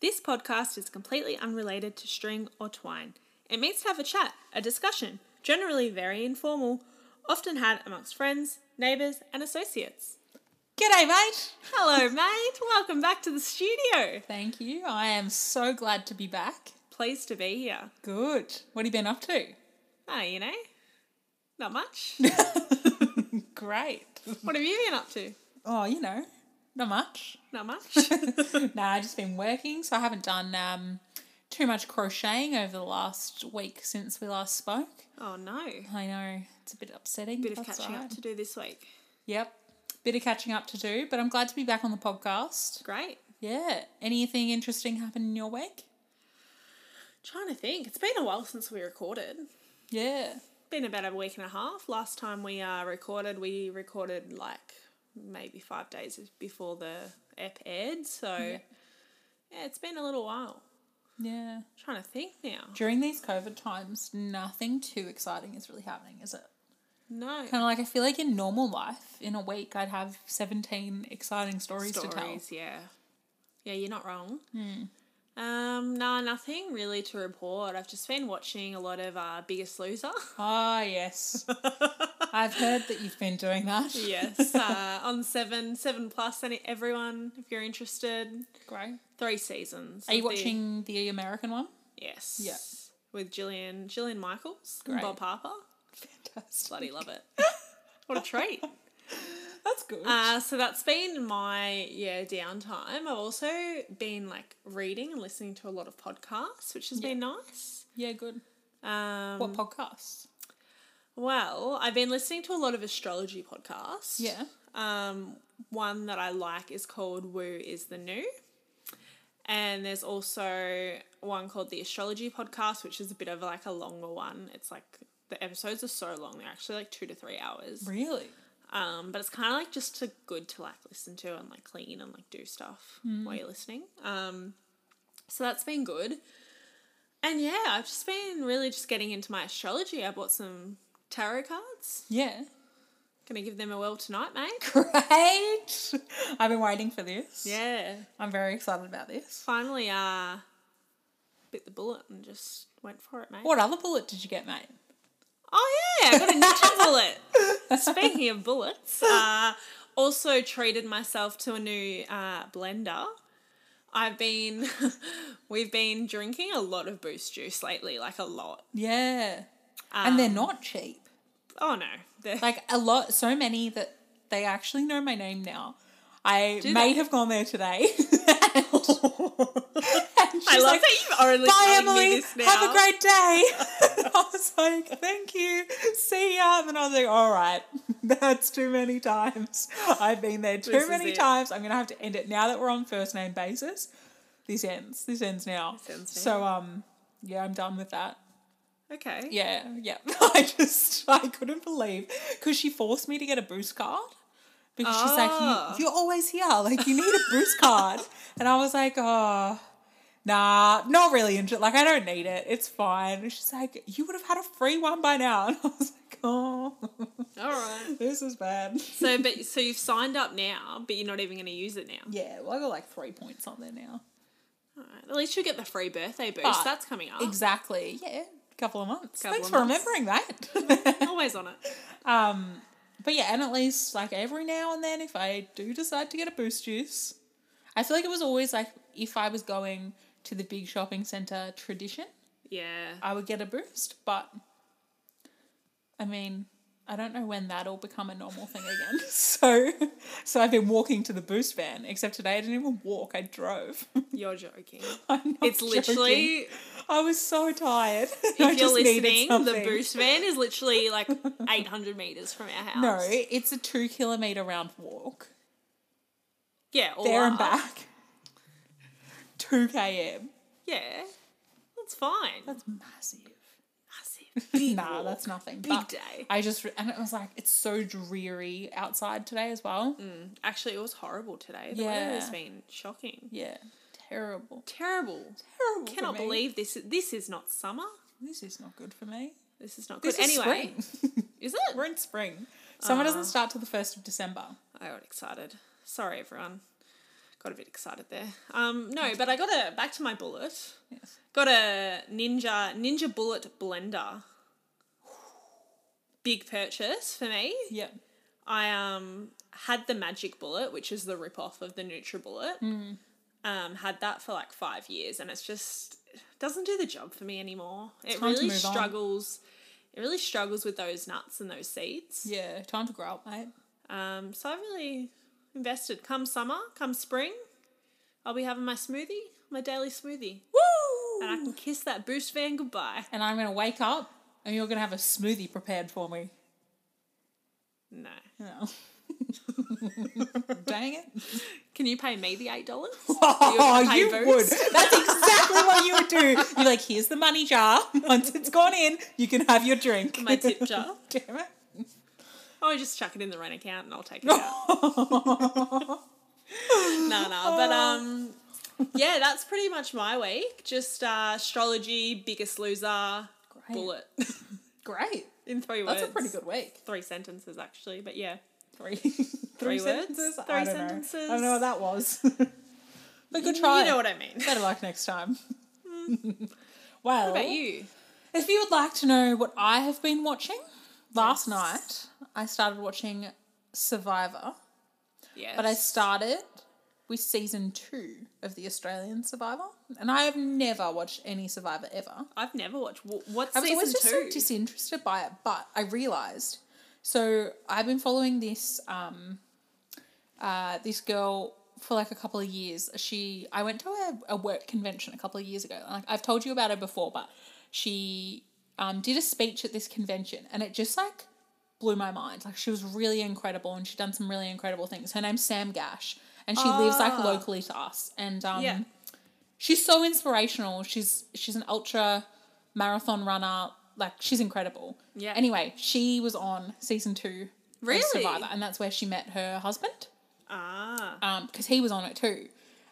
This podcast is completely unrelated to string or twine. It means to have a chat, a discussion, generally very informal, often had amongst friends, neighbours, and associates. G'day, mate. Hello, mate. Welcome back to the studio. Thank you. I am so glad to be back. Pleased to be here. Good. What have you been up to? Oh, you know, not much. Great. what have you been up to? Oh, you know, not much. Not much. nah, I've just been working, so I haven't done um, too much crocheting over the last week since we last spoke. oh, no. I know it's a bit upsetting. Bit of that's catching right. up to do this week. Yep, bit of catching up to do, but I'm glad to be back on the podcast. Great. Yeah. Anything interesting happen in your week? Trying to think. It's been a while since we recorded. Yeah. Been about a week and a half. Last time we uh, recorded, we recorded like maybe five days before the ep aired. So yeah. it's been a little while. Yeah. trying to think now. During these COVID times, nothing too exciting is really happening, is it? No Kind of like I feel like in normal life, in a week, I'd have 17 exciting stories, stories. to tell. Yeah, yeah, you're not wrong. Hmm. Um, nah, nothing really to report. I've just been watching a lot of uh, Biggest Loser. Ah, yes. I've heard that you've been doing that. yes, uh, on Seven, Seven Plus, and everyone, if you're interested, Great. three seasons. Are you of the- watching the American one? Yes. Yeah. With Gillian, Gillian Michaels, and Great. Bob Harper. Fantastic. Bloody love it. what a treat. That's good. Uh, so that's been my yeah downtime. I've also been like reading and listening to a lot of podcasts, which has been nice. yeah, good. Um, What podcasts? well, I've been listening to a lot of astrology podcasts. Yeah. Um, one that I like is called Woo is the New. And there's also one called the Astrology Podcast, which is a bit of like a longer one. It's like the episodes are so long, they're actually like two to three hours. Really? Um, but it's kind of like just to, good to like listen to and like clean and like do stuff while you're listening. Um, so that's been good. And yeah, I've just been really just getting into my astrology. I bought some tarot cards. Yeah. Gonna give them a whirl tonight, mate. Great. I've been waiting for this. Yeah. I'm very excited about this. Finally, uh, bit the bullet and just went for it, mate. What other bullet did you get, mate? Oh yeah, I got a ninja bullet. Speaking of bullets, uh, also treated myself to a new uh, blender. I've been, we've been drinking a lot of Boost juice lately, like a lot. Yeah. and they're not cheap. Oh no, They're- Like a lot, so many that they actually know my name now. I Do may they? have gone there today. I I love that you've only Bye, telling me Emily. this now. Have a great day. I was like, thank you. See ya. And then I was like, all right, that's too many times. I've been there too This is many it. times. I'm gonna have to end it now that we're on first name basis. This ends. This ends now. This ends so um, yeah, I'm done with that. Okay. Yeah, yeah. I just I couldn't believe because she forced me to get a boost card because she's Oh. like, you, "You're always here. Like you need a boost card," and I was like, "Oh, nah, not really interested. Like I don't need it. It's fine." And she's like, "You would have had a free one by now," and I was like, "Oh, All right. this is bad." So, but so you've signed up now, but you're not even going to use it now. Yeah, well, I got like three points on there now. All right. At least you'll get the free birthday boost. But- That's coming up. Exactly. Yeah, couple of months. Couple Thanks of for months. remembering that. Always on it. Um, but yeah, and at least like every now and then, if I do decide to get a boost juice, I feel like it was always like if I was going to the big shopping center tradition, Yeah. I would get a boost. But I mean, I don't know when that'll become a normal thing again. so, so I've been walking to the boost van. Except today, I didn't even walk. I drove. You're joking. I'm not It's joking. literally I was so tired. If if you're listening, the boost van is literally like 800 meters from our house. No, it's a two kilometer round walk. Yeah, all there and up. back. 2 km. Yeah, that's fine. Ah, That's massive. massive. nah, that's nothing. Big but day. I just, re- and it was like, it's so dreary outside today as well. Actually, it was horrible today. The weather has Yeah. been shocking. Yeah. Terrible. Terrible. Terrible. for Cannot me. believe this. This is not summer. This is not good for me. This is not good. This is anyway, spring. is it? We're in Ah. spring. Summer doesn't start till the 1st of December. I got excited. Sorry, everyone. Got a bit excited there. Um, no, but I got a back to my bullet. Got a ninja ninja bullet blender. Big purchase for me. Yep. I um had the Magic Bullet, which is the rip off of the NutriBullet. Hmm. Um, had that for like five years, and it's just it doesn't do the job for me anymore. It time to really move on. struggles. It really struggles with those nuts and those seeds. Yeah. Time to grow up, mate. Um, so I really invested. Come summer, come spring, I'll be having my smoothie, my daily smoothie, Woo! and I can kiss that Boost van goodbye. and I'm gonna wake up and you're gonna have a smoothie prepared for me. No, No. Dang it. can you pay me the eight dollars? Oh, pay you Boots? would. That's exactly what you would do. You're like, here's the money jar. Once it's gone in, you can have your drink. My tip jar. Damn it. Oh, just chuck it in the rent account and I'll take it out. no, no. But um yeah, that's pretty much my week. Just uh astrology, biggest loser, Great. bullet. Great. in three words. That's a pretty good week. three sentences actually, but yeah. Three, three, Three words? sentences. Three I don't know. I don't sentences. know what that was. but good try. You know what I mean. What Better luck next time. well, about you? If you would like to know what I have been watching, last night I started watching Survivor, Yes. but I started with season two of the Australian Survivor, and I have never watched any Survivor ever. I've never watched wh- what's I was season always just so two? disinterested by it, but I realized. So I've been following this um, uh, this girl for like a couple of years. She I went to a, a work convention a couple of years ago. Like I've told you about her before, but she um, did a speech at this convention, and it just like blew my mind. Like she was really incredible, and she'd done some really incredible things. Her name's Sam Gash, and she lives like Ah. locally to us. And um, yeah. she's so inspirational. She's she's an ultra marathon runner. Like she's incredible. Yeah. Anyway, she was on season two of Really? Survivor, and that's where she met her husband. Ah. Um, because he was on it too.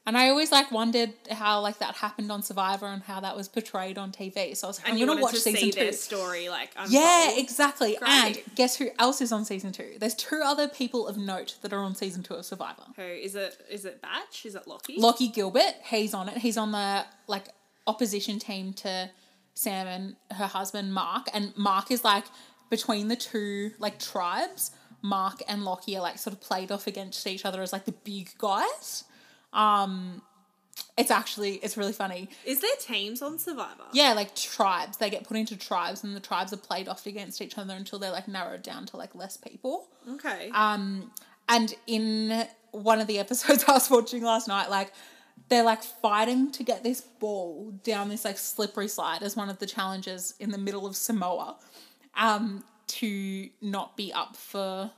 And I always like wondered how like that happened on Survivor and how that was portrayed on TV. So I was like, And I'm you gonna wanted watch to season see two. their story like unfold. Yeah, exactly. And Great. guess who else is on season two? There's two other people of note that are on season two of Survivor. Who is it? Is it Batch? Is it Lockie? Lockie Gilbert, he's on it. He's on the like opposition team to Sam and her husband Mark, and Mark is like between the two like tribes. Mark and Lockie are like sort of played off against each other as like the big guys. Um, it's actually it's really funny. is there teams on Survivor? Yeah, like tribes. They get put into tribes, and the tribes are played off against each other until they're like narrowed down to like less people. Okay. Um, and in one of the episodes I was watching last night, like they're like fighting to get this ball down this like slippery slide as one of the challenges in the middle of Samoa, um, to not be up for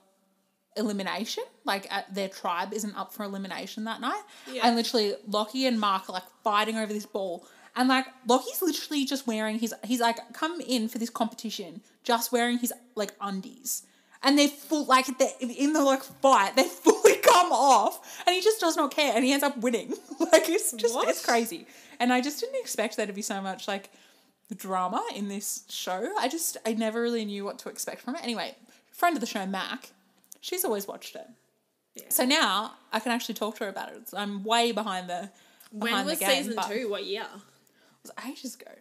elimination. Like uh, their tribe isn't up for elimination that night, Yeah. and literally Lockie and Mark are like fighting over this ball. And like Lockie's literally just wearing his he's like come in for this competition just wearing his like undies. And they're full like they're in the like fight, they fully come off and he just does not care and he ends up winning. Like it's just What? it's crazy. And I just didn't expect there to be so much like drama in this show. I just I never really knew what to expect from it. Anyway, friend of the show, Mac, she's always watched it. So now I can actually talk to her about it. It's- I'm way behind the when behind was the game, season but- two? What year? It was ages ago.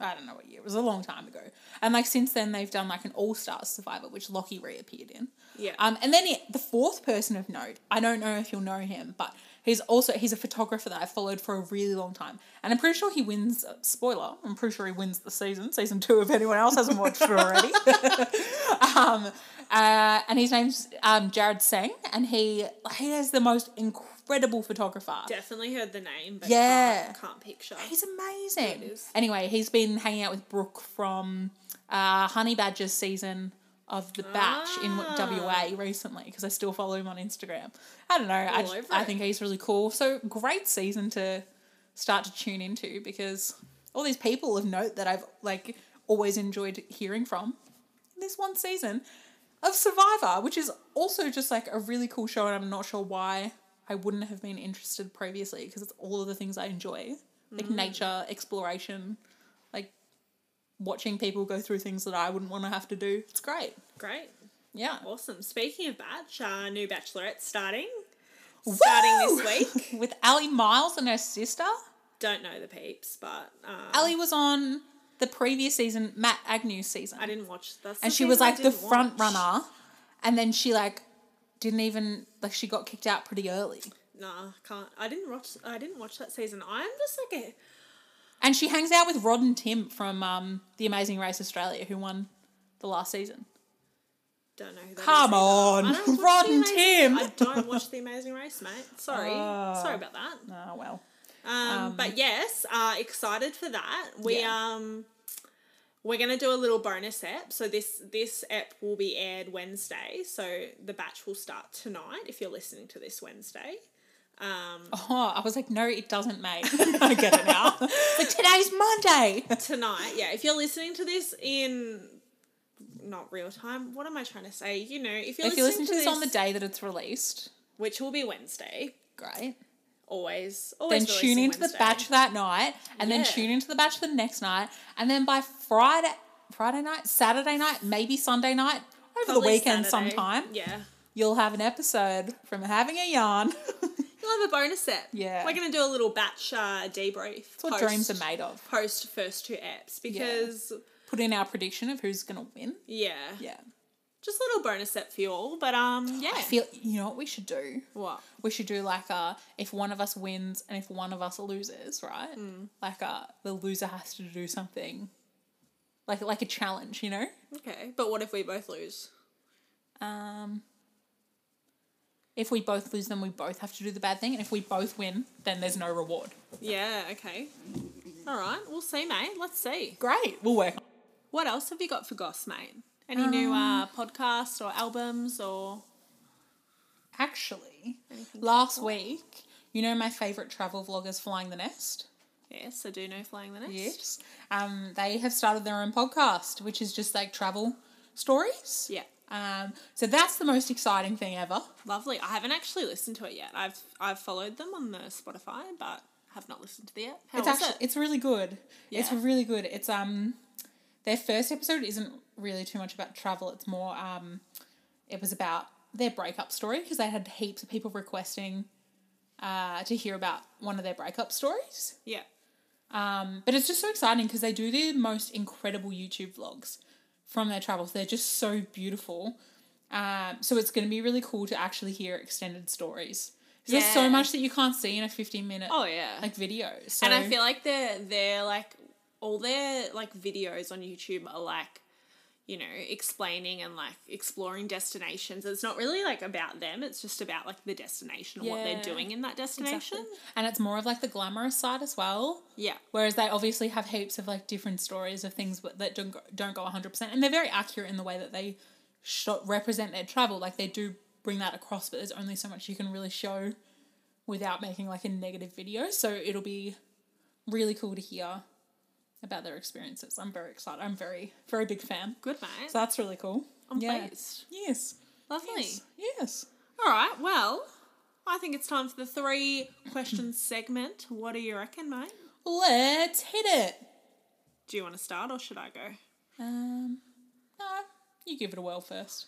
I don't know what year. It was a long time ago. And like since then, they've done like an All Stars Survivor, which Lockie reappeared in. Yeah. Um, and then it, the fourth person of note, I don't know if you'll know him, but he's also he's a photographer that I followed for a really long time, and I'm pretty sure he wins. uh, Spoiler: I'm pretty sure he wins the season, season two. If anyone else hasn't watched it already. um, uh, and his name's um, Jared Singh, and he he is the most incredible photographer. Definitely heard the name, but Yeah. can't, can't picture. He's amazing. it is. Anyway, he's been hanging out with Brooke from uh, Honey Badger's season of The Batch in w- WA recently because I still follow him on Instagram. I don't know. I, All j- over I it. think he's really cool. So great season to start to tune into because all these people of note that I've like always enjoyed hearing from in this one season of Survivor, which is also just like a really cool show, and I'm not sure why I wouldn't have been interested previously because it's all of the things I enjoy, like nature, exploration, like watching people go through things that I wouldn't want to have to do. It's great. Great. Yeah. Awesome. Speaking of batch, uh, new Bachelorette starting starting Woo! this week. with Ali Miles and her sister. Don't know the peeps, but um, Ali was on the previous season, Matt Agnew's season, I didn't watch. That's and the she was season I like the didn't front watch. runner, and then she like didn't even like she got kicked out pretty early, Nah, can't. I didn't watch. I didn't watch that season. I'm just like a. and she hangs out with Rod and Tim from um, The Amazing Race Australia, who won the last season. Don't know. Who that Come is either. on, I don't watch Rod The and Amazing- Tim. I don't watch The Amazing Race, mate. Sorry, Oh. sorry about that. Oh well. Um, but yes, uh, excited for that. We Yeah. um, we're gonna do a little bonus ep. So this this ep will be aired Wednesday. So the batch will start tonight. If you're listening to this Wednesday, um, Oh, I was like, no, it doesn't, mate. I get it now. but today's Monday. tonight, yeah. If you're listening to this in not real time, what am I trying to say? You know, if you're If listening you listen to this on the day, day that it's released, which will be Wednesday, great. always, then always tune releasing into the Wednesday. batch that night, and then Yeah. tune into the batch the next night, and then by Friday, Friday night, Saturday night, maybe Sunday night, over Probably the weekend Saturday. sometime, Yeah. you'll have an episode from having a yarn. You'll have a bonus set. Yeah. We're going to do a little batch uh, debrief. That's what dreams are made of. Post first two apps because, Put in our prediction of who's gonna win. yeah. Yeah, Just a little bonus set for you all. But, um, yeah. I feel you know what we should do. what? We should do like a if one of us wins and if one of us loses, right? Mm. Like a the loser has to do something, like like a challenge, you know. Okay. But what if we both lose? Um, if we both lose, then we both have to do the bad thing, and if we both win, then there's no reward. Yeah, okay. All right. We'll see, mate. Let's see. Great, we'll work. on What else have you got for Goss, mate? Any new Um, uh, podcasts or albums or. Actually, last week, you know my favorite travel vloggers, Flying the Nest. Yes, I do know Flying the Nest. Um, they have started their own podcast, which is just like travel stories. Yeah. Um, so that's the most exciting thing ever. Lovely. I haven't actually listened to it yet. I've I've followed them on the Spotify, but have not listened to the app. How it's was actually Oh, it? it's really good. It's Yeah. really good. It's um their first episode isn't really too much about travel. It's more um it was about their breakup story because they had heaps of people requesting uh to hear about one of their breakup stories. Yeah. Um but it's just so exciting because they do the most incredible YouTube vlogs from their travels. They're just so beautiful. Um so it's going to be really cool to actually hear extended stories. 'Cause There's so Yeah. much that you can't see in a 15 minute Oh yeah. like video. So and I feel like they're they're like all their like videos on YouTube are like you know explaining and like exploring destinations. It's not really like about them. It's just about like the destination and what Yeah. they're doing in that destination. Exactly. And it's more of like the glamorous side as well. Yeah. Whereas they obviously have heaps of like different stories of things wh- that don't go, don't go 100%. And they're very accurate in the way that they shot, represent their travel. Like they do bring that across, but there's only so much you can really show without making like a negative video. So it'll be really cool to hear about their experiences. I'm very excited. I'm very, very big fan. Good mate. So that's really cool. I'm yeah. pleased. Yes. Lovely. Yes. Yes. All right. Well, I think it's time for the three questions segment. What do you reckon, mate? Let's hit it. Do you want to start or should I go? Um, no, you give it a whirl first.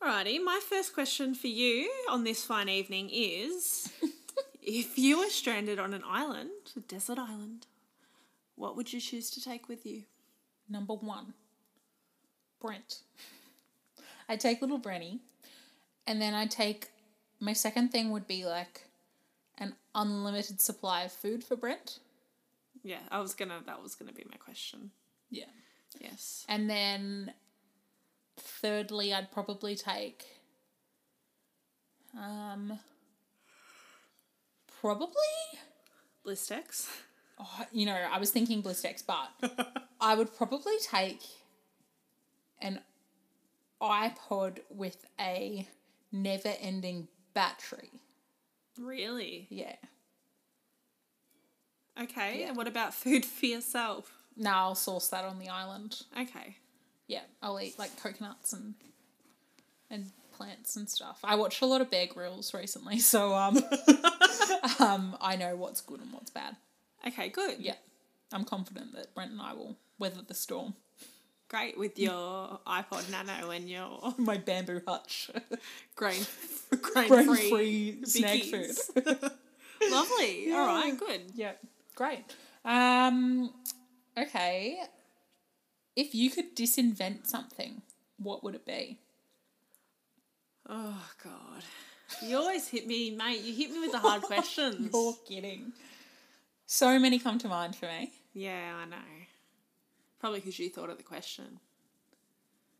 Alrighty, my first question for you on this fine evening is if you were stranded on an island, a desert island, what would you choose to take with you? Number one, Brent. I take little Brenny, and then I take my second thing would be like an unlimited supply of food for Brent. Yeah, I was gonna that was gonna be my question. Yeah. Yes. And then thirdly, I'd probably take um probably Blistex. oh, you know, I was thinking Blistex, but I would probably take an iPod with a never ending battery. Really? Yeah. Okay, and what about food for yourself? No, I'll source that on the island. Okay. Yeah, I'll eat like coconuts and and plants and stuff. I watched a lot of Bear Grylls recently, so um, um, I know what's good and what's bad. Okay, good. Yeah, I'm confident that Brent and I will weather the storm. great with your iPod Nano and your My bamboo hutch. grain Brain grain free free snack food. biggies. lovely. All Yeah. right, good. Yeah, great. Um, okay. If you could disinvent something, what would it be? Oh god. You always hit me, mate. You hit me with the hard questions. You're kidding. So many come to mind for me. Yeah, I know. Probably because you thought of the question.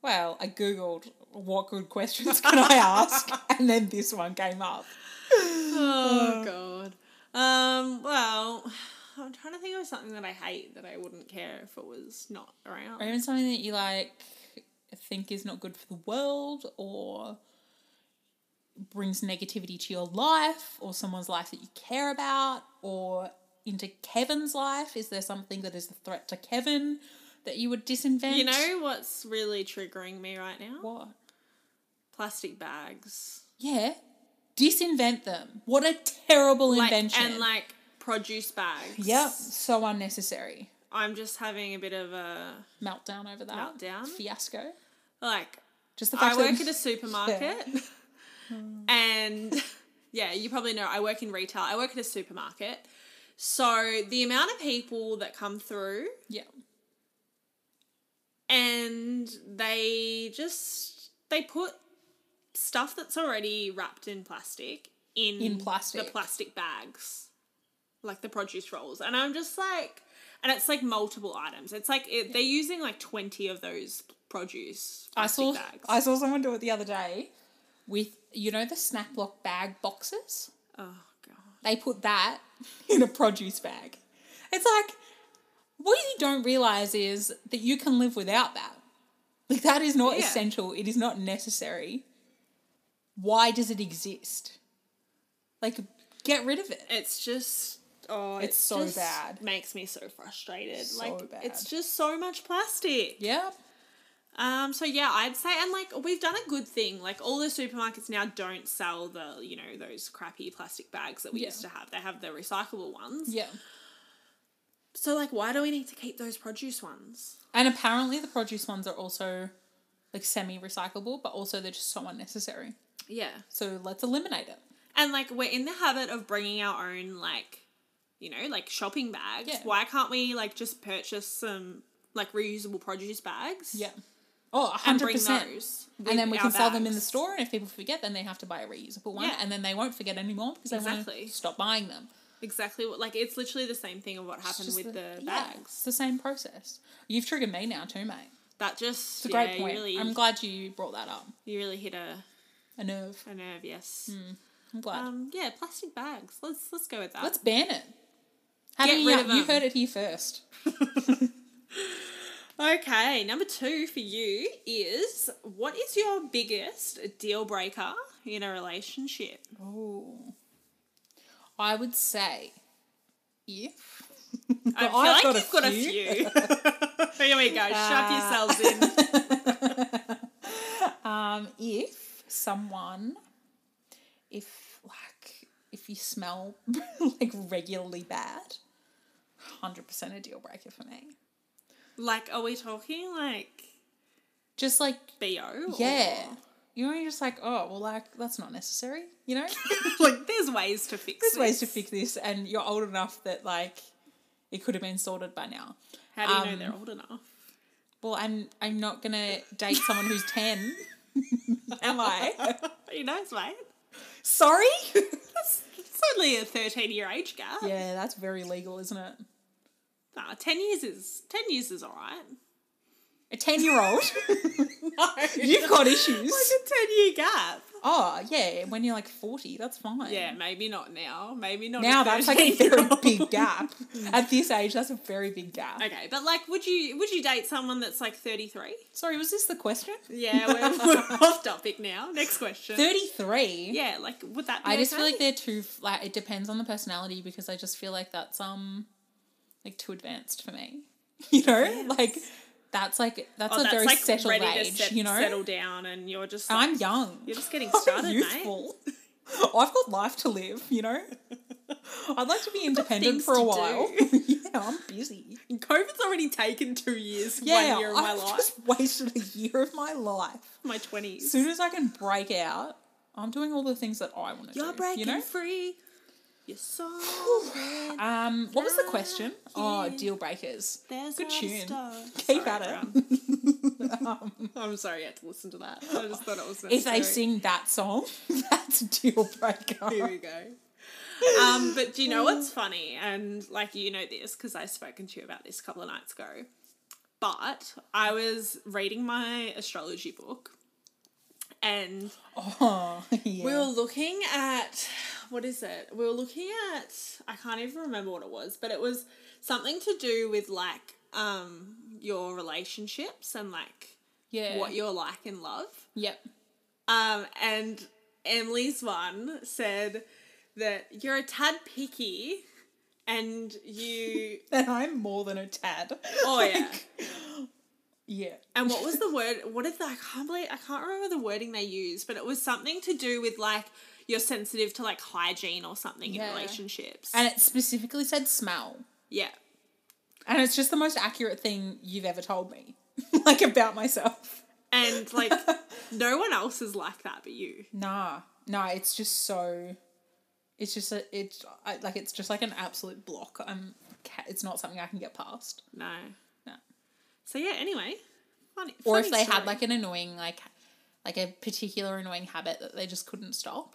Well, I googled what good questions can I ask, and then this one came up. Uh. Oh god. Um. Well, I'm trying to think of something that I hate that I wouldn't care if it was not Or around. even something that you like think is not good for the world, or brings negativity to your life, or someone's life that you care about, or into Kevin's life. Is there something that is a threat to Kevin that you would disinvent? You know what's really triggering me right now? what? Plastic bags. Yeah, disinvent them. What a terrible Like, invention. and like produce bags. Yep, so unnecessary. I'm just having a bit of a Meltdown over that. Meltdown? Fiasco. like Just the fact I that work at a supermarket. Hmm. and yeah, you probably know I work in retail. I work at a supermarket. So the amount of people that come through Yeah. and they just they put stuff that's already wrapped in plastic in, In plastic. the plastic bags like the produce rolls and i'm just like and it's like multiple items it's like it, they're using like 20 of those produce I plastic saw bags I saw someone do it the other day with you know the snack block bag boxes? oh god They put that in a produce bag. It's like what you don't realize is that you can live without that. Like that is not Yeah. essential. It is not necessary. Why does it exist? Like get rid of it. it's just oh It's it's so just bad. makes me so frustrated So like bad. it's just so much plastic Yeah. Um, so yeah, I'd say, and like we've done a good thing. Like all the supermarkets now don't sell the you know those crappy plastic bags that we Yeah. used to have. They have the recyclable ones. Yeah. So like, why do we need to keep those produce ones? And apparently the produce ones are also like semi recyclable, but also they're just so unnecessary. Yeah, So let's eliminate it. and like we're in the habit of bringing our own like, you know, like shopping bags. Yeah. Why can't we like just purchase some like reusable produce bags? Yeah. Oh, and 100%. bring those. and then with we can our sell them in the bags. store, and if people forget, then they have to buy a reusable one, Yeah. and then they won't forget anymore because they Exactly. want to stop buying them. Exactly. what- Like it's literally the same thing of what happened just with the, yeah, bags. it's the same process. You've triggered me now too, mate. That just It's a yeah, great you point. Really, I'm glad you brought that up. you really hit a A nerve. A nerve, yes. Hmm. I'm glad. Um, yeah, plastic bags. Let's let's go with that. Let's ban it. Have Get you, rid of them. you heard it here first. okay, number two for you is what is your biggest deal breaker in a relationship? Oh. I would say if I feel like I've got a you've got a few. few. Here we go. Shove Ah. yourselves in. um, if someone, if like, if you smell like regularly bad, hundred percent a deal breaker for me. Like, are we talking like Just like, bo? yeah, you know, you're just like, oh, well, like that's not necessary, you know. Or, like, there's ways to fix. There's this. ways to fix this, and you're old enough that like it could have been sorted by now. How do you know um, they're old enough? Well, I'm I'm not gonna date someone who's ten, am I? Who knows, mate? Sorry. It's only a thirteen-year age gap. yeah, that's very legal, isn't it? Nah, ten years is ten years is all right. A ten year old. No, You've got issues. like a ten-year gap. Oh, yeah, when you're like 40, that's fine. Yeah, maybe not now. Maybe not Now at that's like a 13. very big gap. At this age, that's a very big gap. Okay, but like, would you would you date someone that's like thirty three? Sorry, was this the question? Yeah, we're, we're off topic now. Next question. 33? Yeah, like would that? Be I just okay? feel like they're too, like, it depends on the personality because I just feel like that's, um, like too advanced for me. You know? Like, that's like, that's Oh, a that's very like settled ready age, to set, you know? settle down, and you're just like, I'm young. you're just getting I'm started, mate. youthful. I've got life to live, you know? I'd like to be Things independent for a to while. do. now. I'm busy. COVID's already taken two years, Yeah, one year of my I've life, just wasted a year of my life. my As twenties. soon as I can break out, I'm doing all the things that I want to do. You're breaking You know? free. You're so red. Um, what was the Ah, question? Oh, yeah. deal breakers. There's Good not a tune. star. Keep Sorry, at everyone. it. Um, I'm sorry I had to listen to that. I just thought it was. if they necessary. sing that song, that's a deal Here breaker. we go. Um, but do you know what's funny? And like you know this because I've spoken to you about this a couple of nights ago. But I was reading my astrology book, and Oh, yeah. we were looking at what is it? We were looking at I can't even remember what it was, but it was something to do with like um your relationships and like yeah. what you're like in love. Yep. Um, and Emily's one said that you're a tad picky and you. And I'm more than a tad. Oh, yeah. Yeah. And what was the word? What is the. I can't believe. I can't remember the wording they used, but it was something to do with like you're sensitive to like hygiene or something Yeah. in relationships. And it specifically said smell. yeah. And it's just the most accurate thing you've ever told me, like about myself. And like no one else is like that but you. Nah, nah. It's just so. It's just a. It's I, like it's just like an absolute block. I'm. ca- It's not something I can get past. No. No. So yeah, anyway. Funny, Or if funny they had story. like an annoying like, like a particular annoying habit that they just couldn't stop.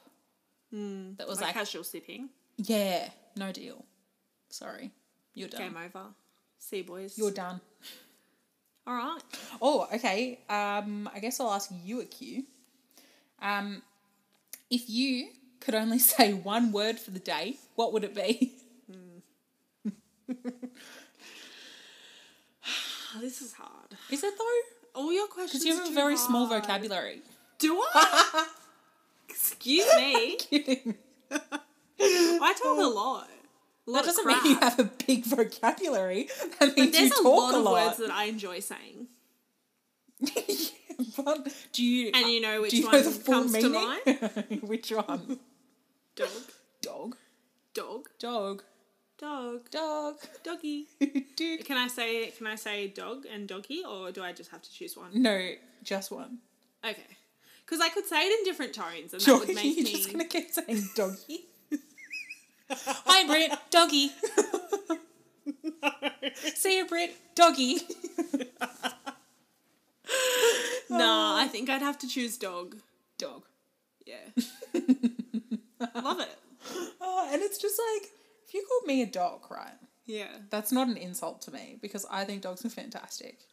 Mm, that was Hmm. like like, casual sipping. yeah, no deal. Sorry, you're done. Game over. See you, boys. You're done. All right. Oh, okay. Um, I guess I'll ask you a cue. Um, if you could only say one word for the day, what would it be? Oh, this is hard. Is it though? All your questions. Because you have a too very small hard. vocabulary. Do I? Excuse me. Kidding. I talk a lot. A lot That of doesn't crap. mean you have a big vocabulary. That means you There's a talk lot a of lot. words that I enjoy saying, But do you? and you know which Uh, do you one know the full comes meaning? to mind. which one? Dog, Dog. dog, Dog. dog, Dog. doggy. Dog. Can I say can I say dog and doggy, or do I just have to choose one? No, just one. Okay, because I could say it in different tones, and that Doggy. would make You're me. just gonna keep saying doggy. Hi, Brit. Doggy. See you, Brit. Doggy. nah, Oh. I think I'd have to choose dog. Dog. Yeah. Love it. Oh, and it's just like if you called me a dog, right? Yeah. That's not an insult to me because I think dogs are fantastic.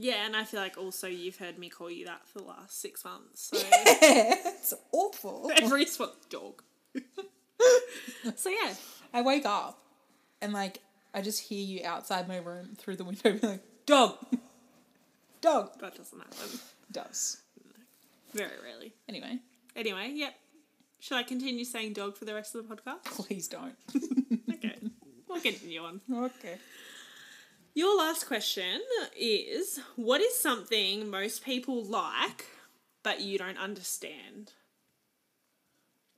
Yeah, and I feel like also you've heard me call you that for the last six months. So it's awful. every spot dog. so yeah. I wake up and like I just hear you outside my room through the window being like, dog. Dog. That doesn't happen. Does. Very rarely. Anyway, Anyway, yep. Should I continue saying dog for the rest of the podcast? please don't. Okay. we'll continue on. okay. Your last question is what is something most people like but you don't understand?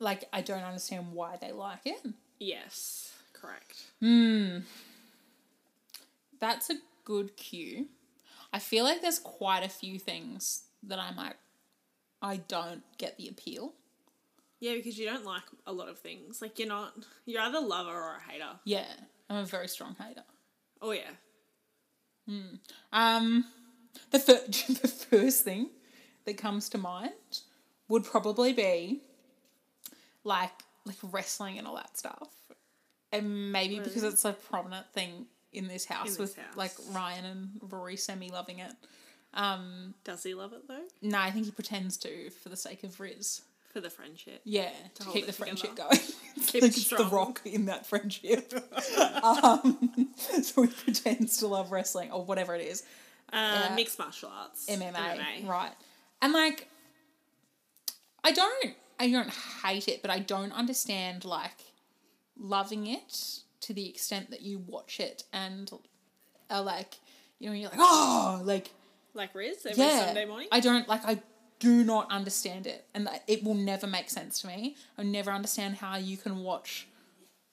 Like I don't understand why they like it. Yes, correct. That's a good cue. I feel like there's quite a few things that I'm like, I don't get the appeal. Yeah, because you don't like a lot of things. Like you're not you're either a lover or a hater. Yeah, I'm a very strong hater. Oh yeah. Um, the first the first thing that comes to mind would probably be like like wrestling and all that stuff, and maybe because it's a prominent thing in this house this with house. like Ryan and Rory semi loving it. Does he love it though? No, I think he pretends to for the sake of Riz. For the friendship. Yeah, to, hold keep it the friendship together. going. Keep Like, it it's the strong. rock in that friendship. um, so he pretends to love wrestling or whatever it is. Uh, Yeah. Mixed martial arts. MMA, right? And like, I don't, I don't hate it, but I don't understand like loving it to the extent that you watch it and are like, you know, you're like, oh, like Like Riz every yeah, Sunday morning. I don't like. I do not understand it, and that- it will never make sense to me. I never understand how you can watch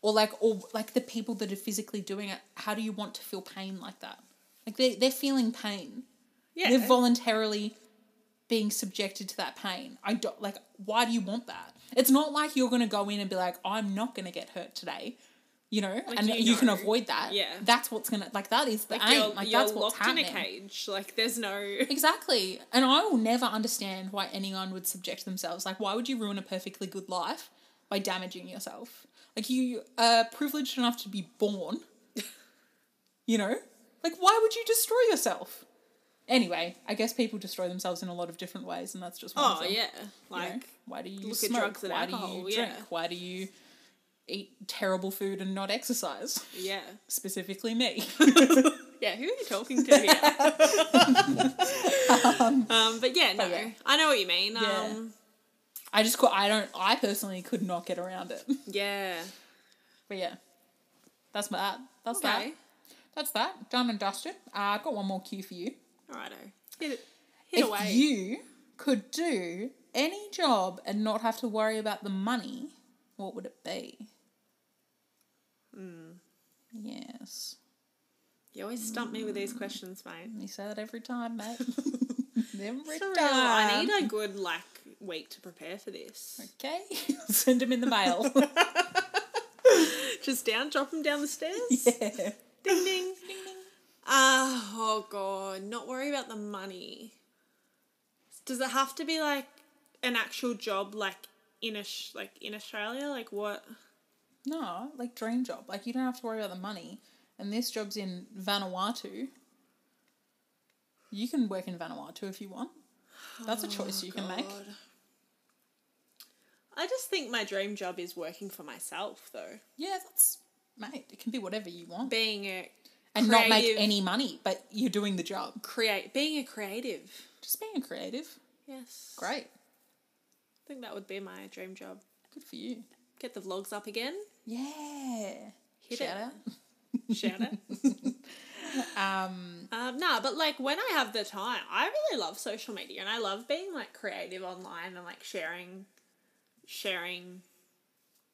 or like or like the people that are physically doing it how do you want to feel pain like that like they, they're feeling pain Yeah. they're voluntarily being subjected to that pain i don't like why do you want that it's not like you're going to go in and be like i'm not going to get hurt today you know and you you, can know. avoid that Yeah. that's what's going to like that is the like aim you're, like you're that's what's locked happening in a cage. Like there's no. Exactly. And I will never understand why anyone would subject themselves. Like, why would you ruin a perfectly good life by damaging yourself? Like, you are privileged enough to be born, you know? Like, why would you destroy yourself? Anyway, I guess people destroy themselves in a lot of different ways, and that's just one of Oh them. yeah. you know? Like why do you look at smoke? drugs and why alcohol, do you drink? yeah. Why do you eat terrible food and not exercise? yeah. Specifically, me. Yeah. Who are you talking to here? um, but yeah, no. yeah. I know what you mean. Yeah. Um, I just, cou- I don't, I personally could not get around it. yeah. But yeah, that's my that. That's Okay. that. That's that. Done and dusted. Uh, I've got one more cue for you. Alrighto. Hit it. Hit if away. you could do any job and not have to worry about the money, what would it be? Hmm. Yes. You always stump me with these questions, mate. You say that every time, mate. every For real, I time. need a good like week to prepare for this. Okay. Send them in the mail. Just down, drop them down the stairs. yeah. Ding ding. Ah, oh god, not worry about the money. Does it have to be like an actual job, like in a like in Australia? Like what? No, like dream job. Like you don't have to worry about the money. And this job's in Vanuatu. You can work in Vanuatu if you want. That's a choice you can make. God. I just think my dream job is working for myself, though. Yeah, that's mate. It can be whatever you want Being a and not make creative- any money, but you're doing the job. create, being a creative. Just being creative. Yes, I Great. think that would be my dream job. Good for you. Get the vlogs up again. Yeah. Hit Shout it. out. Shout it. Um, Um, nah, but like when I have the time, I really love social media and I love being like creative online and like sharing, sharing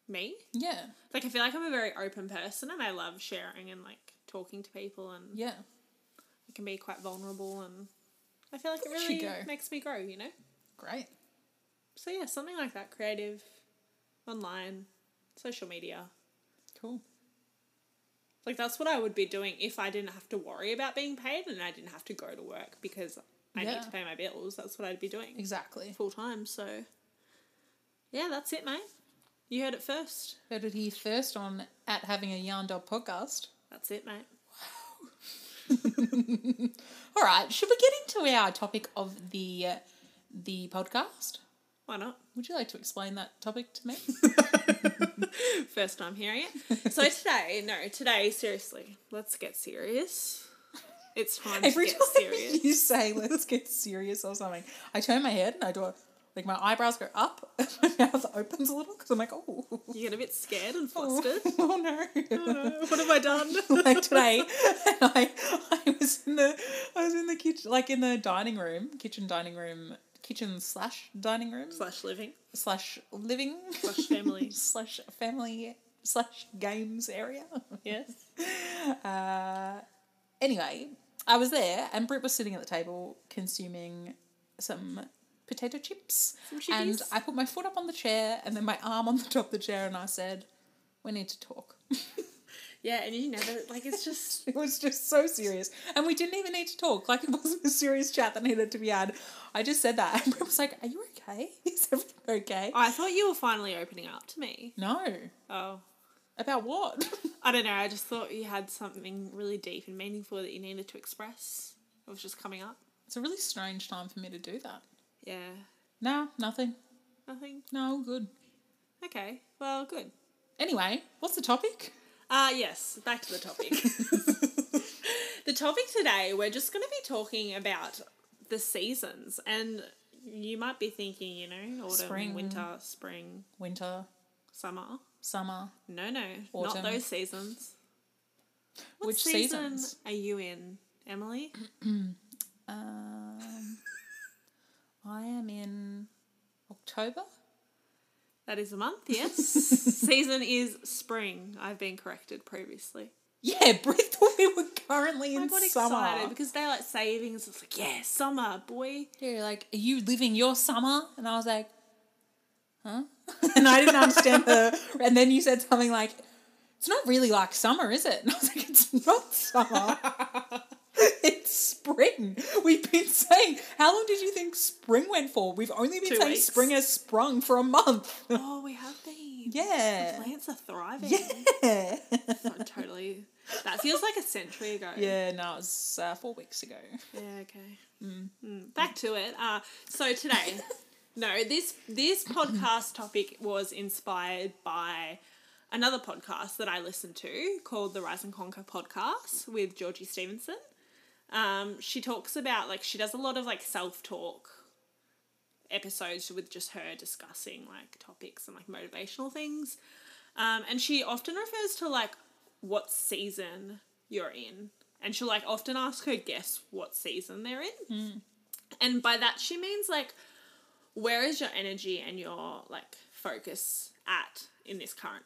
me. yeah. Like I feel like I'm a very open person and I love sharing and like talking to people and Yeah. I can be quite vulnerable and I feel like it There you really go. makes me grow, you know? Great. So yeah, something like that creative, online, social media. Cool. Like that's what I would be doing if I didn't have to worry about being paid and I didn't have to go to work because I Yeah. need to pay my bills. That's what I'd be doing. Exactly. full time. So, yeah, that's it, mate. You heard it first. Heard it here first on at having a yarn dog podcast. That's it, mate. All right, should we get into our topic of the the podcast? Why not? Would you like to explain that topic to me? First time hearing it. So today, no, today, seriously, let's get serious. It's time to Every get time serious. you say "let's get serious" or something, I turn my head and I do a- like my eyebrows go up, and my mouth opens a little because I'm like, oh, You get a bit scared and flustered. oh, no. Uh, what have I done? like today, and I, I was in the I was in the kitchen, like in the dining room, kitchen dining room, kitchen slash dining room Slash living. slash living Slash family. slash family slash games area. Yes. Uh, anyway, I was there and Britt was sitting at the table consuming some potato chips. Some and chippies. I put my foot up on the chair and then my arm on the top of the chair and I said, We need to talk. Yeah, and you never, like, it's just. It was just so serious. And we didn't even need to talk. Like it wasn't a serious chat that needed to be had. I just said that. And Britt was like, Are you okay? Is everything okay? I thought you were finally opening up to me. no. Oh. About what? I don't know. I just thought you had something really deep and meaningful that you needed to express. It was just coming up. It's a really strange time for me to do that. Yeah. No, nothing. Nothing. No, good. Okay, well, good. Anyway, what's the topic? Uh, yes, back to the topic. the topic today, we're just going to be talking about the seasons. And you might be thinking, you know, autumn, Spring. winter, spring, Winter, summer. summer. No, no, Autumn. not those seasons. What Which season seasons? are you in, Emily? Um, I am in October. That is a month, yes. Season is spring. I've been corrected previously. Yeah, Brit thought we were currently in I got summer. excited because daylight savings. It's like, yeah, summer, boy. They were like, Are you living your summer? And I was like, Huh? and I didn't understand the. And then you said something like, It's not really like summer, is it? And I was like, It's not summer. it's spring. We've been saying, How long did you think spring went for? We've only been Two saying weeks. spring has sprung for a month. Oh, we have been. Yeah. Plants are thriving. Yeah. I'm totally. That feels like a century ago. yeah, no, it was uh, four weeks ago. Yeah, okay. Mm. Back to it. Uh, so today, no, this this podcast topic was inspired by another podcast that I listened to called the Rise and Conquer podcast with Georgie Stevenson. Um, she talks about like she does a lot of like self talk episodes with just her discussing like topics and like motivational things. Um, and she often refers to like what season you're in. And she'll like often ask her guests what season they're in. And by that she means like where is your energy and your like focus at in this current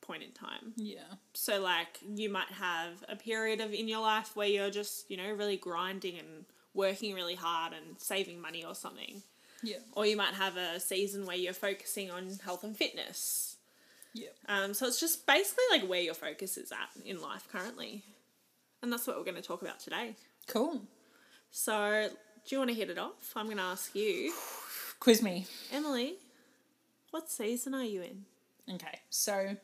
point in time. Yeah. So like you might have a period of in your life where you're just, you know, really grinding and working really hard and saving money or something. Yeah. Or you might have a season where you're focusing on health and fitness. Yeah. Um, so it's just basically like where your focus is at in life currently. And that's what we're going to talk about today. Cool. So, do you want to hit it off? I'm going to ask you, Quiz me. Emily, what season are you in? Okay, so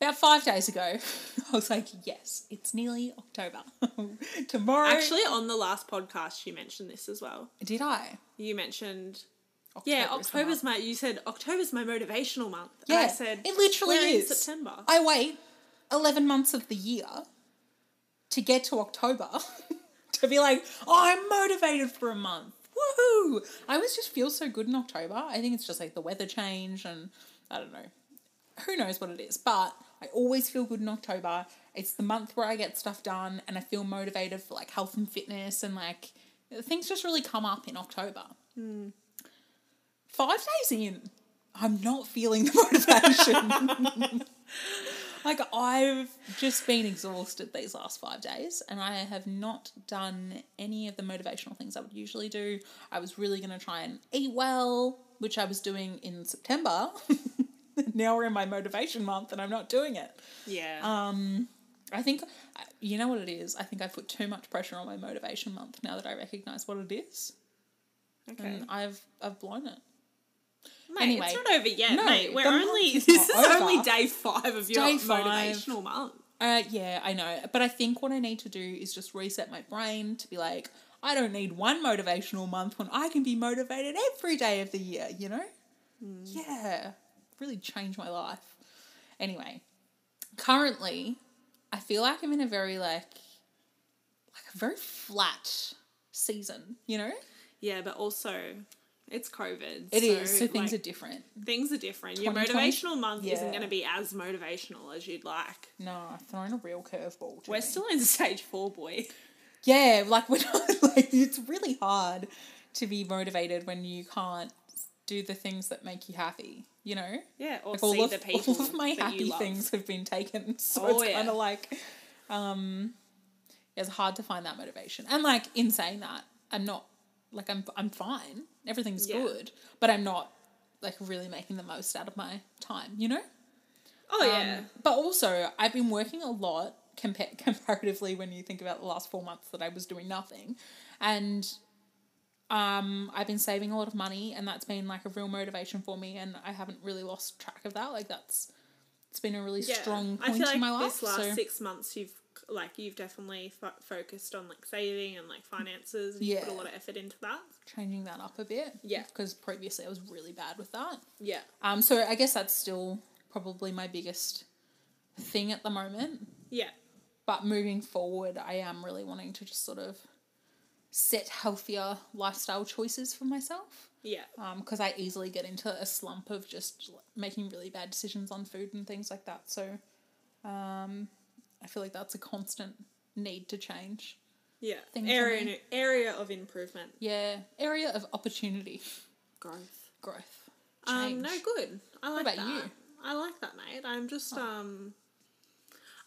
about five days ago, I was like, yes, it's nearly October. Tomorrow. Actually, on the last podcast, you mentioned this as well. did I? You mentioned, yeah, October is the October's month. my, you said October's my motivational month. Yeah, And I said, it literally we're is. In September. I wait 11 months of the year to get to October to be like, oh, I'm motivated for a month. Woohoo! I always just feel so good in October. I think it's just like the weather change and I don't know. Who knows what it is, but I always feel good in October. It's the month where I get stuff done and I feel motivated for like health and fitness and like things just really come up in October. Hmm. Five days in, I'm not feeling the motivation. Like I've just been exhausted these last five days, and I have not done any of the motivational things I would usually do. I was really going to try and eat well, which I was doing in September. now we're in my motivation month, and I'm not doing it. yeah. I think uh, you know what it is. I think I put too much pressure on my motivation month now that I recognize what it is, okay. and I've I've blown it. mate, anyway. it's not over yet, No, mate. We're the month only, is this is not over. only day five of your day five. motivational month. Uh, yeah, I know. But I think what I need to do is just reset my brain to be like, I don't need one motivational month when I can be motivated every day of the year, you know? Yeah. Really change my life. Anyway, currently, I feel like I'm in a very, like, like a very flat season, you know? Yeah, but also it's COVID. It is. So, like, things are different. things are different. Your 2020? motivational month isn't Yeah. going to be as motivational as you'd like. No, I've thrown a real curveball. to We're me. still in stage four, boy. Yeah, like when like it's really hard to be motivated when you can't do the things that make you happy, you know? Yeah, or Like see all of, the people. all of my that you happy love. things have been taken. So Oh, it's yeah. kinda like um it's hard to find that motivation. And like in saying that, I'm not like I'm I'm fine. Everything's Yeah. good. But I'm not like really making the most out of my time, you know? Oh Um, yeah, but also, I've been working a lot compa- comparatively when you think about the last four months that I was doing nothing. And um, I've been saving a lot of money, and that's been like a real motivation for me. And I haven't really lost track of that. Like, that's it's been a really yeah. strong I point feel like in my life. this last so, six months, you've like you've definitely fo- focused on like saving and like finances. And you put a Yeah. lot of effort into that. changing that up a bit. Yeah. Because previously I was really bad with that. Yeah, Um, so, I guess that's still probably my biggest thing at the moment. yeah, but moving forward i am really wanting to just sort of set healthier lifestyle choices for myself yeah, because i easily get into a slump of just l- making really bad decisions on food and things like that so um, i feel like that's a constant need to change yeah. Thing for Area me. area of improvement, yeah area of opportunity growth. growth Um, no, Change. good. I like about that. you? Oh. I like that, mate. I'm just um.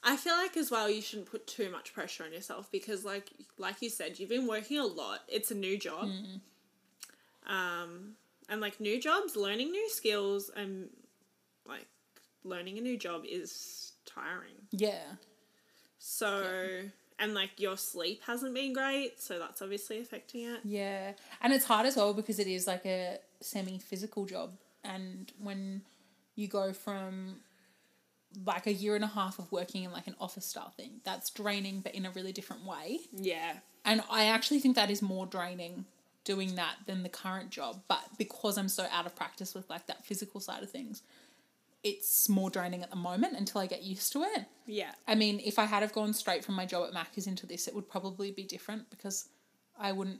I feel like as well you shouldn't put too much pressure on yourself because like like you said you've been working a lot. It's a new job. Hmm. Um and like new jobs, learning new skills and like learning a new job is tiring. Yeah. So and like your sleep hasn't been great, so that's obviously affecting it. Yeah. And it's hard as well because it is like a semi physical job. And when you go from like a year and a half of working in like an office style thing, that's draining, but in a really different way. Yeah. And I actually think that is more draining doing that than the current job. But because I'm so out of practice with like that physical side of things, it's more draining at the moment until I get used to it. Yeah. I mean, if I had have gone straight from my job at Macca's into this, it would probably be different because I wouldn't.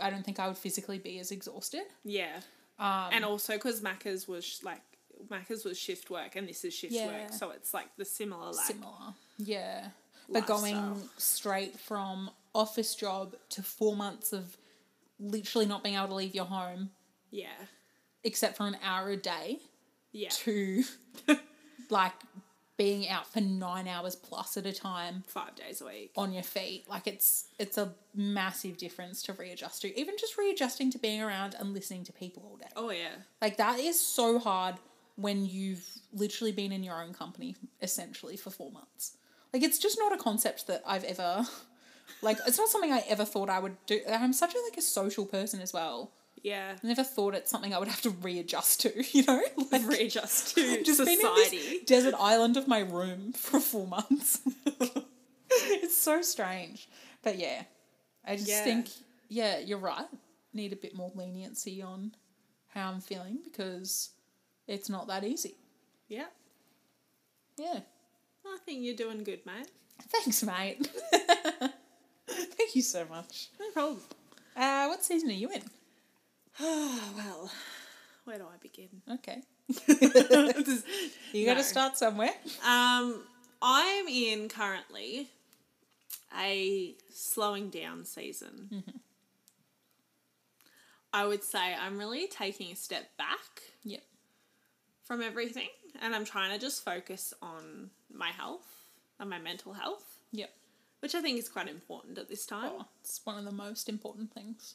I don't think I would physically be as exhausted. Yeah. and also because Macca's was sh- like Macca's was shift work and this is shift Yeah. work, so it's like the similar like Similar, yeah. But going Lifestyle. straight from office job to four months of literally not being able to leave your home yeah, except for an hour a day yeah, to like being out for nine hours plus at a time five days a week. on your feet like it's it's a massive difference to readjust to even just readjusting to being around and listening to people all day Oh yeah, like that is so hard when you've literally been in your own company essentially for four months like it's just not a concept that i've ever like it's not something i ever thought i would do i'm such a like a social person as well yeah. i never thought it's something i would have to readjust to you know like Readjust to I've just society. been in this desert island of my room for four months. it's so strange. But yeah, I just Yeah. think, yeah, you're right. Need a bit more leniency on how I'm feeling because it's not that easy. yeah, Yeah. I think you're doing good, mate. Thanks, mate. Thank you so much. No problem. Uh, what season are you in? Oh well, where do I begin? Okay. you got to No. start somewhere. Um, I'm in currently a slowing down season. I would say I'm really taking a step back Yep. from everything and I'm trying to just focus on my health and my mental health, Yep. which I think is quite important at this time. Oh, it's one of the most important things.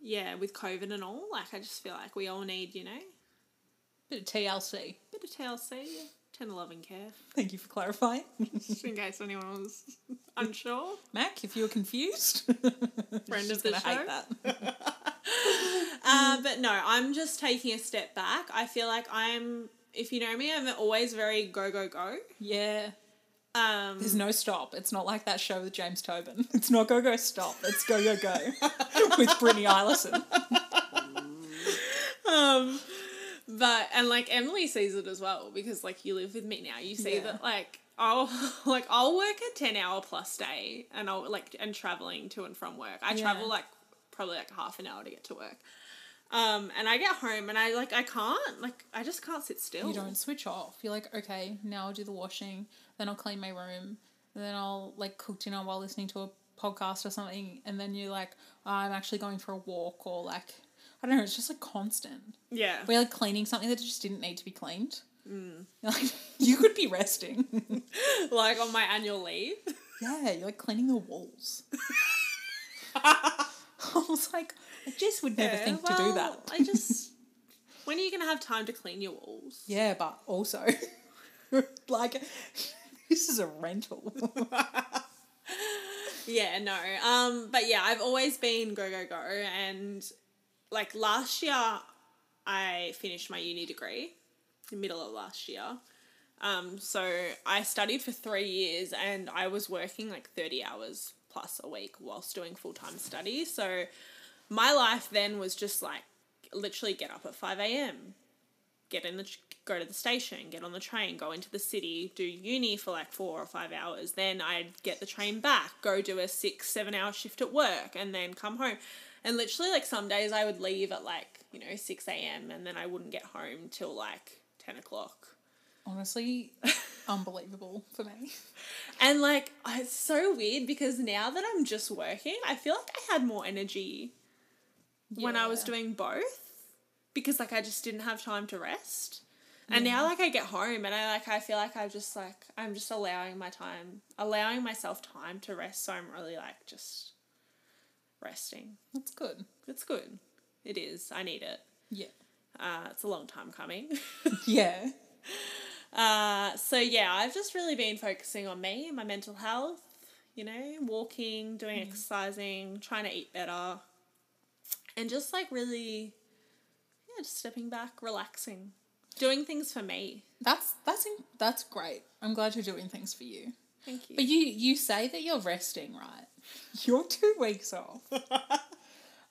Yeah, with COVID and all, like I just feel like we all need, you know, a Bit of TLC. bit of TLC, 10, 11 care, Thank you for clarifying. just in case anyone was unsure. Mac, if you're confused, Friend she's of the gonna show. hate that. Uh, but no, I'm just taking a step back. I feel like I'm, if you know me, I'm always very go, go, go. Yeah. Um, There's no stop. It's not like that show with James Tobin. It's not go go stop. It's go go go with Brittany Eilerson. um but and like emily sees it as well because like you live with me now you see Yeah. that like i'll like i'll work a 10 hour plus day and i'll like and traveling to and from work i Yeah. travel like probably like half an hour to get to work um and i get home and i like i can't like i just can't sit still You don't switch off. You're like, okay, now I'll do the washing, then I'll clean my room, and then I'll like cook dinner while listening to a podcast or something, and then you're like, oh, I'm actually going for a walk or like, I don't know. It's just like constant. yeah We're like cleaning something that just didn't need to be cleaned. You're like, you could be resting. like on my annual leave Yeah, you're like cleaning the walls. I was like, I just would never Yeah, think to do well, that. i just when are you gonna have time to clean your walls Yeah, but also, like, this is a rental. Yeah, no. Um, but yeah, I've always been go go go, and like last year, I finished my uni degree, the middle of last year. Um, so I studied for three years, and I was working like thirty hours plus a week whilst doing full time study. So my life then was just like literally get up at five a.m. Get in the tr- go to the station, get on the train, go into the city, do uni for like four or five hours. Then I'd get the train back, go do a six seven hour shift at work, and then come home. And literally, like some days I would leave at like you know six a.m. and then I wouldn't get home till like ten o'clock. Honestly, unbelievable for me. And like I- it's so weird because now that I'm just working, I feel like I had more energy when I was Yeah. doing both. because like I just didn't have time to rest. And now like I get home and I like I feel like I've just like I'm just allowing my time allowing myself time to rest so I'm really like just resting. That's good. It's good. It is. I need it. Yeah. Uh, it's a long time coming. Yeah. uh, so yeah, I've just really been focusing on me, my mental health, you know, walking, doing Mm-hmm. exercising, trying to eat better. And just like really yeah, just stepping back, relaxing. Doing things for me. That's that's in, that's great. I'm glad you're doing things for you. Thank you. But you you say that you're resting, right? You're two weeks off.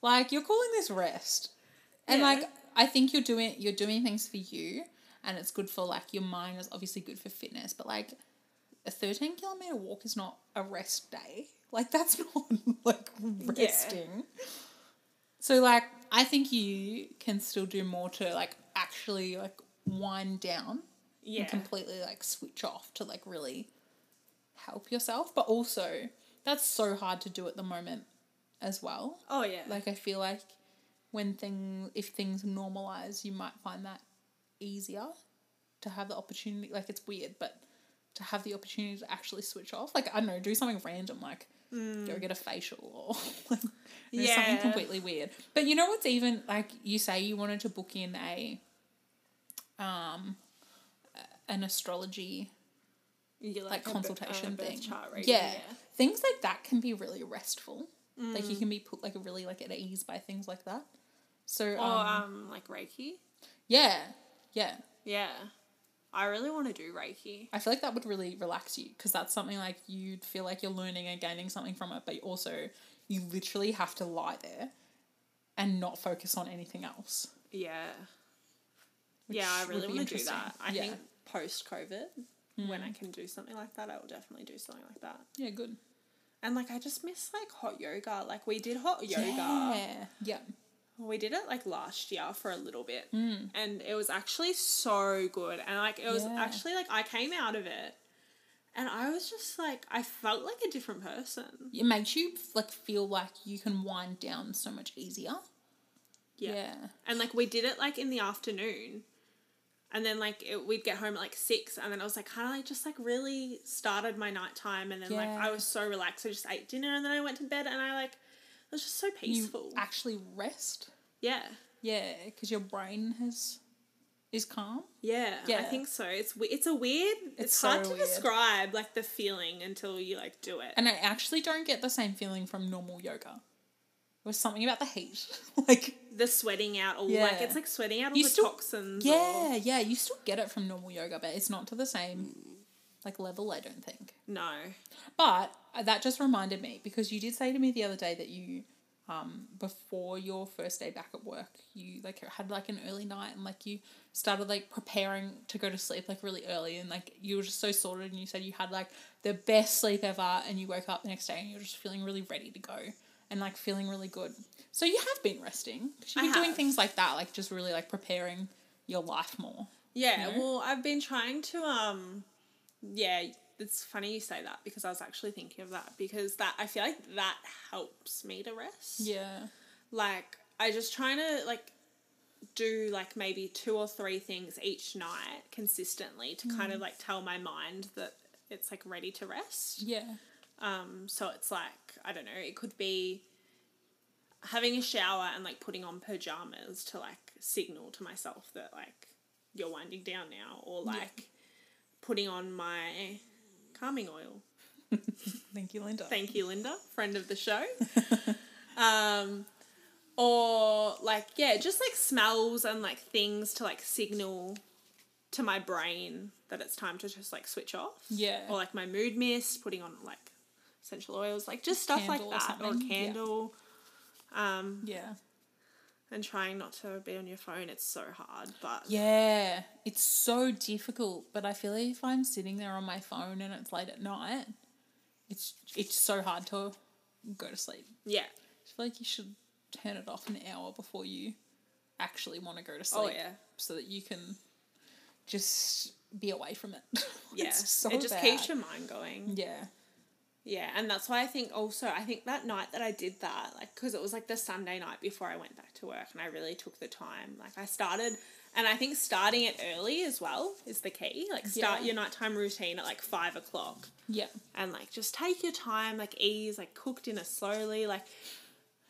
like you're calling this rest, and Yeah. like I think you're doing you're doing things for you, and it's good for like your mind is obviously good for fitness, but like a thirteen kilometer walk is not a rest day. Like that's not like resting. So like I think you can still do more to like actually like wind down yeah. and completely like switch off to like really help yourself. But also, that's so hard to do at the moment as well. oh yeah. Like I feel like when things if things normalize, you might find that easier to have the opportunity. Like it's weird, but to have the opportunity to actually switch off. Like I don't know, do something random like. Go get a facial or like, do something Yeah. completely weird. But you know what's even like you say you wanted to book in a um a- an astrology You like a b- consultation a birth thing. chart reading, yeah. things like that can be really restful. Like you can be put like really like at ease by things like that. So Or um, um like Reiki. yeah, yeah, Yeah. I really want to do Reiki. I feel like that would really relax you because that's something like you'd feel like you're learning and gaining something from it, but also you literally have to lie there and not focus on anything else. Yeah. which yeah, I would really be want to do interesting. that. I yeah. Hmm. think post COVID, when I can do something like that, I will definitely do something like that. yeah, good. And like I just miss like hot yoga. Like we did hot yoga. Yeah, yeah, We did it like last year for a little bit. And it was actually so good. And like it was Hmm. Yeah. actually like I came out of it and I was just like I felt like a different person. it makes you like feel like you can wind down so much easier. yeah. And like we did it like in the afternoon. And then like it, we'd get home at like six, and then I was like kind of like just like really started my nighttime, and then like Yeah. I was so relaxed. I just ate dinner, and then I went to bed, and I like it was just so peaceful. you actually rest. yeah, Yeah, because your brain has is calm. yeah, I Yeah. think so. It's we- it's a weird. It's, It's hard so to weird. describe like the feeling until you like do it. And I actually don't get the same feeling from normal yoga. It was something about the heat. like the sweating out, all like Yeah. it's like sweating out all You the still- toxins. or- Yeah, yeah, you still get it from normal yoga, but it's not to the same like level, I don't think. no. But uh, that just reminded me because you did say to me the other day that you um before your first day back at work, you like had like an early night and like you started like preparing to go to sleep like really early and like you were just so sorted and you said you had like the best sleep ever and you woke up the next day and you're just feeling really ready to go and like feeling really good. So you have been resting because I you've been doing have. things like that, like just really like preparing your life more. Yeah, No? well, I've been trying to um yeah, it's funny you say that because I was actually thinking of that because that I feel like that helps me to rest. Yeah. Like I just trying to like do like maybe two or three things each night consistently to Mm. kind of like tell my mind that it's like ready to rest. Yeah. Um, so it's like, I don't know, it could be having a shower and like putting on pajamas to like signal to myself that like you're winding down now, or like putting on my calming oil. Thank you, Linda. Thank you, Linda, friend of the show. um, or like, yeah, just like smells and like things to like signal to my brain that it's time to just like switch off. Yeah. Or like my mood mist, putting on like essential oils, like just stuff like Candle or that, or, a something, yeah. candle. Um, yeah. and trying not to be on your phone. It's so hard, but Yeah, it's so difficult. But I feel like if I'm sitting there on my phone and it's late at night, it's it's so hard to go to sleep. yeah, I feel like you should turn it off an hour before you actually want to go to sleep. Oh, yeah. so that you can just be away from it. yeah. It's so it just bad. keeps your mind going. Yeah, Yeah, and that's why I think also I think that night that I did that, like, because it was like the Sunday night before I went back to work, and I really took the time. Like, I started, and I think starting it early as well is the key. Like, start Yeah. your nighttime routine at like five o'clock, Yeah. and like just take your time, like ease, like cook dinner slowly. Like,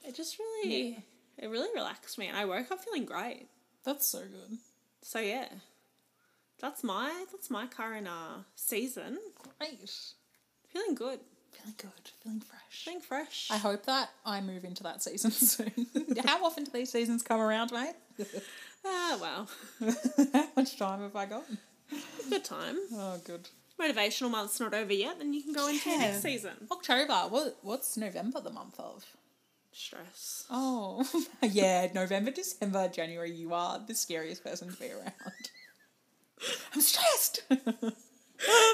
it just really, it really relaxed me, and I woke up feeling great. That's so good. So yeah, that's my that's my current uh, season. Great. Feeling good, Feeling good. Feeling fresh. feeling fresh. I hope that I move into that season soon. How often do these seasons come around, mate? Ah, well. How much time have I got? Good time. Oh, good. Motivational month's not over yet, then you can go into your next Yeah. season. October. What? What's November the month of? Stress. Oh, yeah. November, December, January. You are the scariest person to be around. I'm stressed.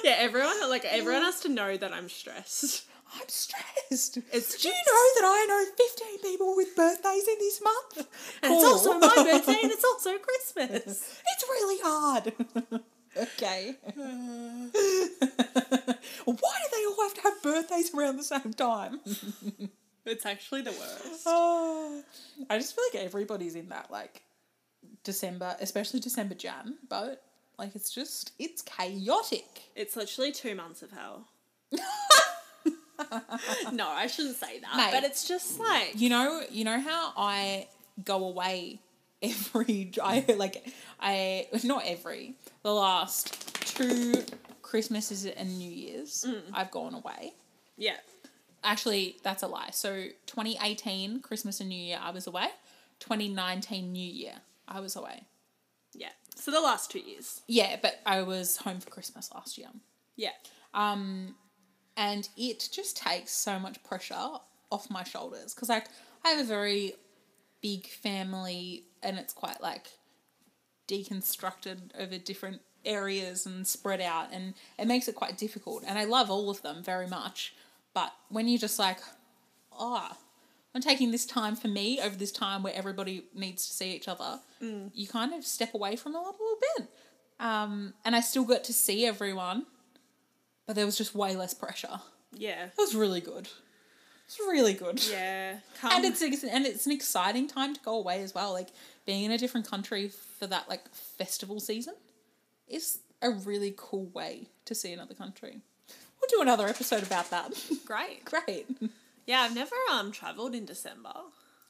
Yeah, everyone like everyone has to know that I'm stressed. I'm stressed. It's Do you just- know that I know 15 people with birthdays in this month? And it's Cool. also my birthday and it's also Christmas. It's really hard. okay. Why do they all have to have birthdays around the same time? It's actually the worst. Oh, I just feel like everybody's in that like December, especially December Jan, but like it's just it's chaotic. It's literally two months of hell. no, I shouldn't say that. Mate. But it's just like You know, you know how I go away every I like I not every the last two Christmases and New Years I've gone away. Yeah. Actually, that's a lie. So 2018 Christmas and New Year I was away. 2019 New Year I was away. Yeah. So the last two years. Yeah, but I was home for Christmas last year. Yeah. Um, and it just takes so much pressure off my shoulders because like I have a very big family and it's quite like deconstructed over different areas and spread out and it makes it quite difficult and I love all of them very much but when you're just like ah I'm taking this time for me over this time where everybody needs to see each other you kind of step away from it a little bit um, and I still got to see everyone but there was just way less pressure Yeah. it was really good it's really good Yeah. Come. and it's ex- and it's an exciting time to go away as well. Like being in a different country for that like festival season is a really cool way to see another country. We'll do another episode about that. great. Great. Yeah, I've never um travelled in December.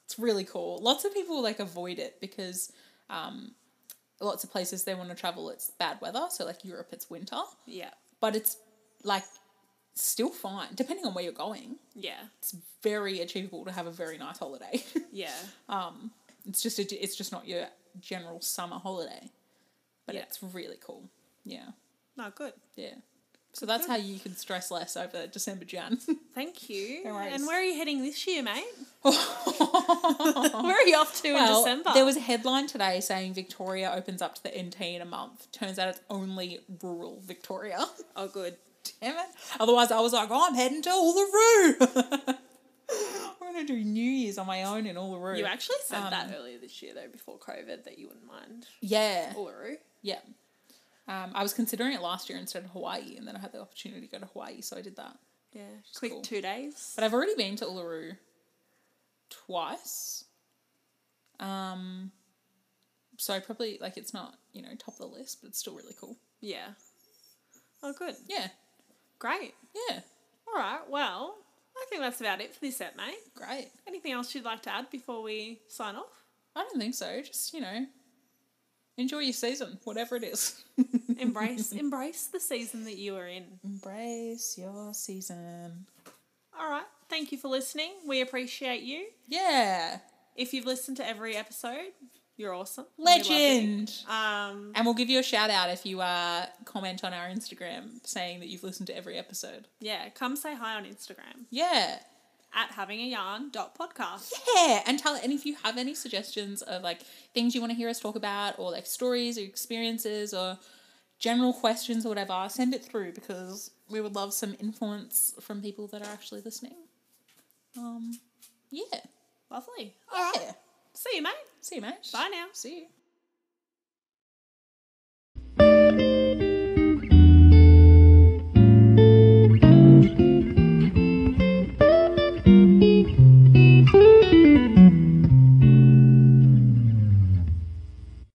It's really cool. Lots of people like avoid it because um lots of places they want to travel it's bad weather, so like Europe it's winter, Yeah. but it's like still fine depending on where you're going. Yeah. It's very achievable to have a very nice holiday. Yeah. Um, it's just a, it's just not your general summer holiday, but Yeah. it's really cool. Yeah, Not good. yeah. So that's good. how you can stress less over December Jan. Thank you. No worries. and where are you heading this year, mate? well, Where are you off to in December? there was a headline today saying Victoria opens up to the NT in a month. Turns out it's only rural Victoria. oh, good. Damn it! Otherwise, I was like, oh, I'm heading to Uluru. I'm gonna do New Year's on my own in Uluru. You actually said Um, that earlier this year, though, before COVID, that you wouldn't mind yeah. Uluru. Yeah. Um, I was considering it last year instead of Hawaii, and then I had the opportunity to go to Hawaii, so I did that. Yeah, quick cool. two days. But I've already been to Uluru twice. Um, so probably like it's not you know top of the list, but it's still really cool. Yeah. Oh, good. Yeah, Great. yeah, All right. Well, I think that's about it for this set, mate. great. Anything else you'd like to add before we sign off? I don't think so. Just you know, enjoy your season, whatever it is. Embrace, embrace the season that you are in. Embrace your season. All right. Thank you for listening. We appreciate you. Yeah, If you've listened to every episode, you're awesome. We love you. legend. Um, And we'll give you a shout out if you uh, comment on our Instagram saying that you've listened to every episode. yeah, come say hi on Instagram Yeah. at havingayarn.podcast. Yeah. And tell and if you have any suggestions of like things you want to hear us talk about or like stories or experiences or general questions or whatever, send it through because we would love some influence from people that are actually listening. Um yeah. Lovely. Yeah. See you, mate. See you, mate. Bye now. See you.